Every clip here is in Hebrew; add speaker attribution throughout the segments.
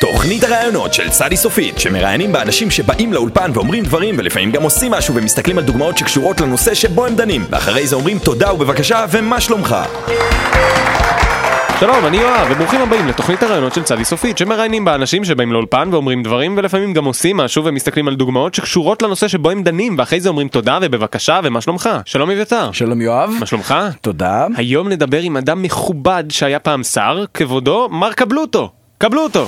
Speaker 1: תוכנית הראיונות של צדי סופית, שמראיינים בה אנשים שבאים לאולפן ואומרים דברים ולפעמים גם עושים משהו ומסתכלים על דוגמאות שקשורות לנושא שבו הם דנים ואחרי זה אומרים תודה ובבקשה ומה שלומך
Speaker 2: שלום, אני יואב, וברוכים הבאים לתוכנית הרעיונות של צדי סופית, שמראיינים בה אנשים שבאים לאולפן ואומרים דברים, ולפעמים גם עושים משהו ומסתכלים על דוגמאות שקשורות לנושא שבו הם דנים, ואחרי זה אומרים תודה ובבקשה ומה שלומך. שלום אביתר.
Speaker 3: שלום יואב.
Speaker 2: מה שלומך?
Speaker 3: תודה.
Speaker 2: היום נדבר עם אדם מכובד שהיה פעם שר, כבודו, מר קבלוטו. קבלוטו.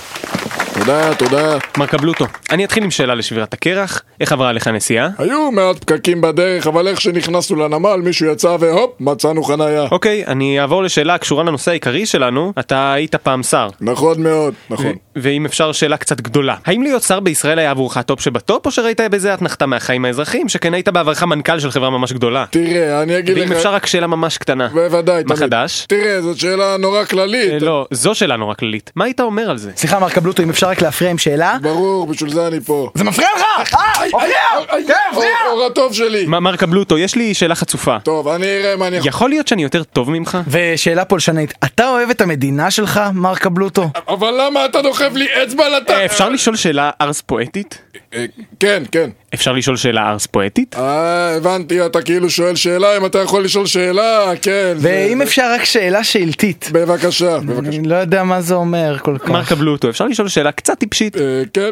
Speaker 4: תודה, תודה.
Speaker 2: מר קבלוטו, אני אתחיל עם שאלה לשבירת הקרח, איך עברה עליך הנסיעה?
Speaker 4: היו מעט פקקים בדרך, אבל איך שנכנסנו לנמל, מישהו יצא והופ, מצאנו חנייה.
Speaker 2: אוקיי, אני אעבור לשאלה הקשורה לנושא העיקרי שלנו, אתה היית פעם שר.
Speaker 4: נכון מאוד, נכון.
Speaker 2: ו- ואם אפשר שאלה קצת גדולה, האם להיות שר בישראל היה עבורך הטופ שבטופ, או שראית בזה אתנחתה מהחיים האזרחיים, שכן היית בעברך מנכ"ל של חברה ממש גדולה?
Speaker 4: תראה, אני אגיד לך...
Speaker 2: ואם אפשר רק שאלה ממש קטנה.
Speaker 4: בוודאי,
Speaker 2: מה
Speaker 4: תמיד.
Speaker 2: חדש?
Speaker 4: תראה, זאת שאלה נורא
Speaker 2: אה,
Speaker 4: כללית.
Speaker 2: לא, זו שאלה נורא כללית. מה היית אומר על זה?
Speaker 3: סליחה מר קבלוטו אם אפשר רק להפריע עם שאלה?
Speaker 4: ברור, בשביל זה אני פה.
Speaker 3: זה מפריע לך! אה! מפריע! כן, מפריע!
Speaker 4: אה, אור הטוב שלי.
Speaker 2: מ- מר קבלוטו, יש לי שאלה חצופה.
Speaker 4: טוב, אני אראה מה אני יכול...
Speaker 2: יכול להיות שאני יותר טוב ממך?
Speaker 3: ושאלה פולשנית, אתה אוהב את המדינה שלך מר קבלוטו?
Speaker 4: אבל למה אתה דוחף לי אצבע לת...
Speaker 2: אה, אפשר לשאול שאלה ארס פואטית?
Speaker 4: אה, כן, כן.
Speaker 2: אפשר לשאול שאלה ארס פואטית?
Speaker 4: אה, הבנתי, אתה כאילו שואל שאלה, אם אתה יכול לשאול שאלה, כן. זה-
Speaker 3: ואם אפשר רק שאלה שאלתית.
Speaker 4: בבקשה, בבקשה.
Speaker 3: אני לא יודע מה זה אומר כל כך.
Speaker 2: מר קבלוטו, אפשר לשאול שאלה קצת טיפשית?
Speaker 4: אה, כן.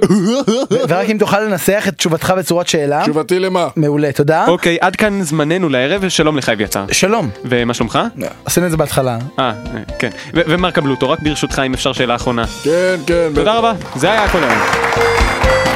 Speaker 3: ורק אם תוכל לנסח את תשובתך בצורת שאלה.
Speaker 4: תשובתי למה?
Speaker 3: מעולה,
Speaker 4: אה.
Speaker 3: תודה.
Speaker 2: אוקיי, עד כאן זמננו לערב, ושלום לך אביצר.
Speaker 3: שלום.
Speaker 2: ומה שלומך?
Speaker 4: אה.
Speaker 3: עשינו את זה בהתחלה.
Speaker 2: אה, אה, כן. ו- ומר קבלוטו, רק ברשותך אם אפשר שאלה אחרונה.
Speaker 4: כן, כן.
Speaker 2: תודה רבה, זה היה הכל היום.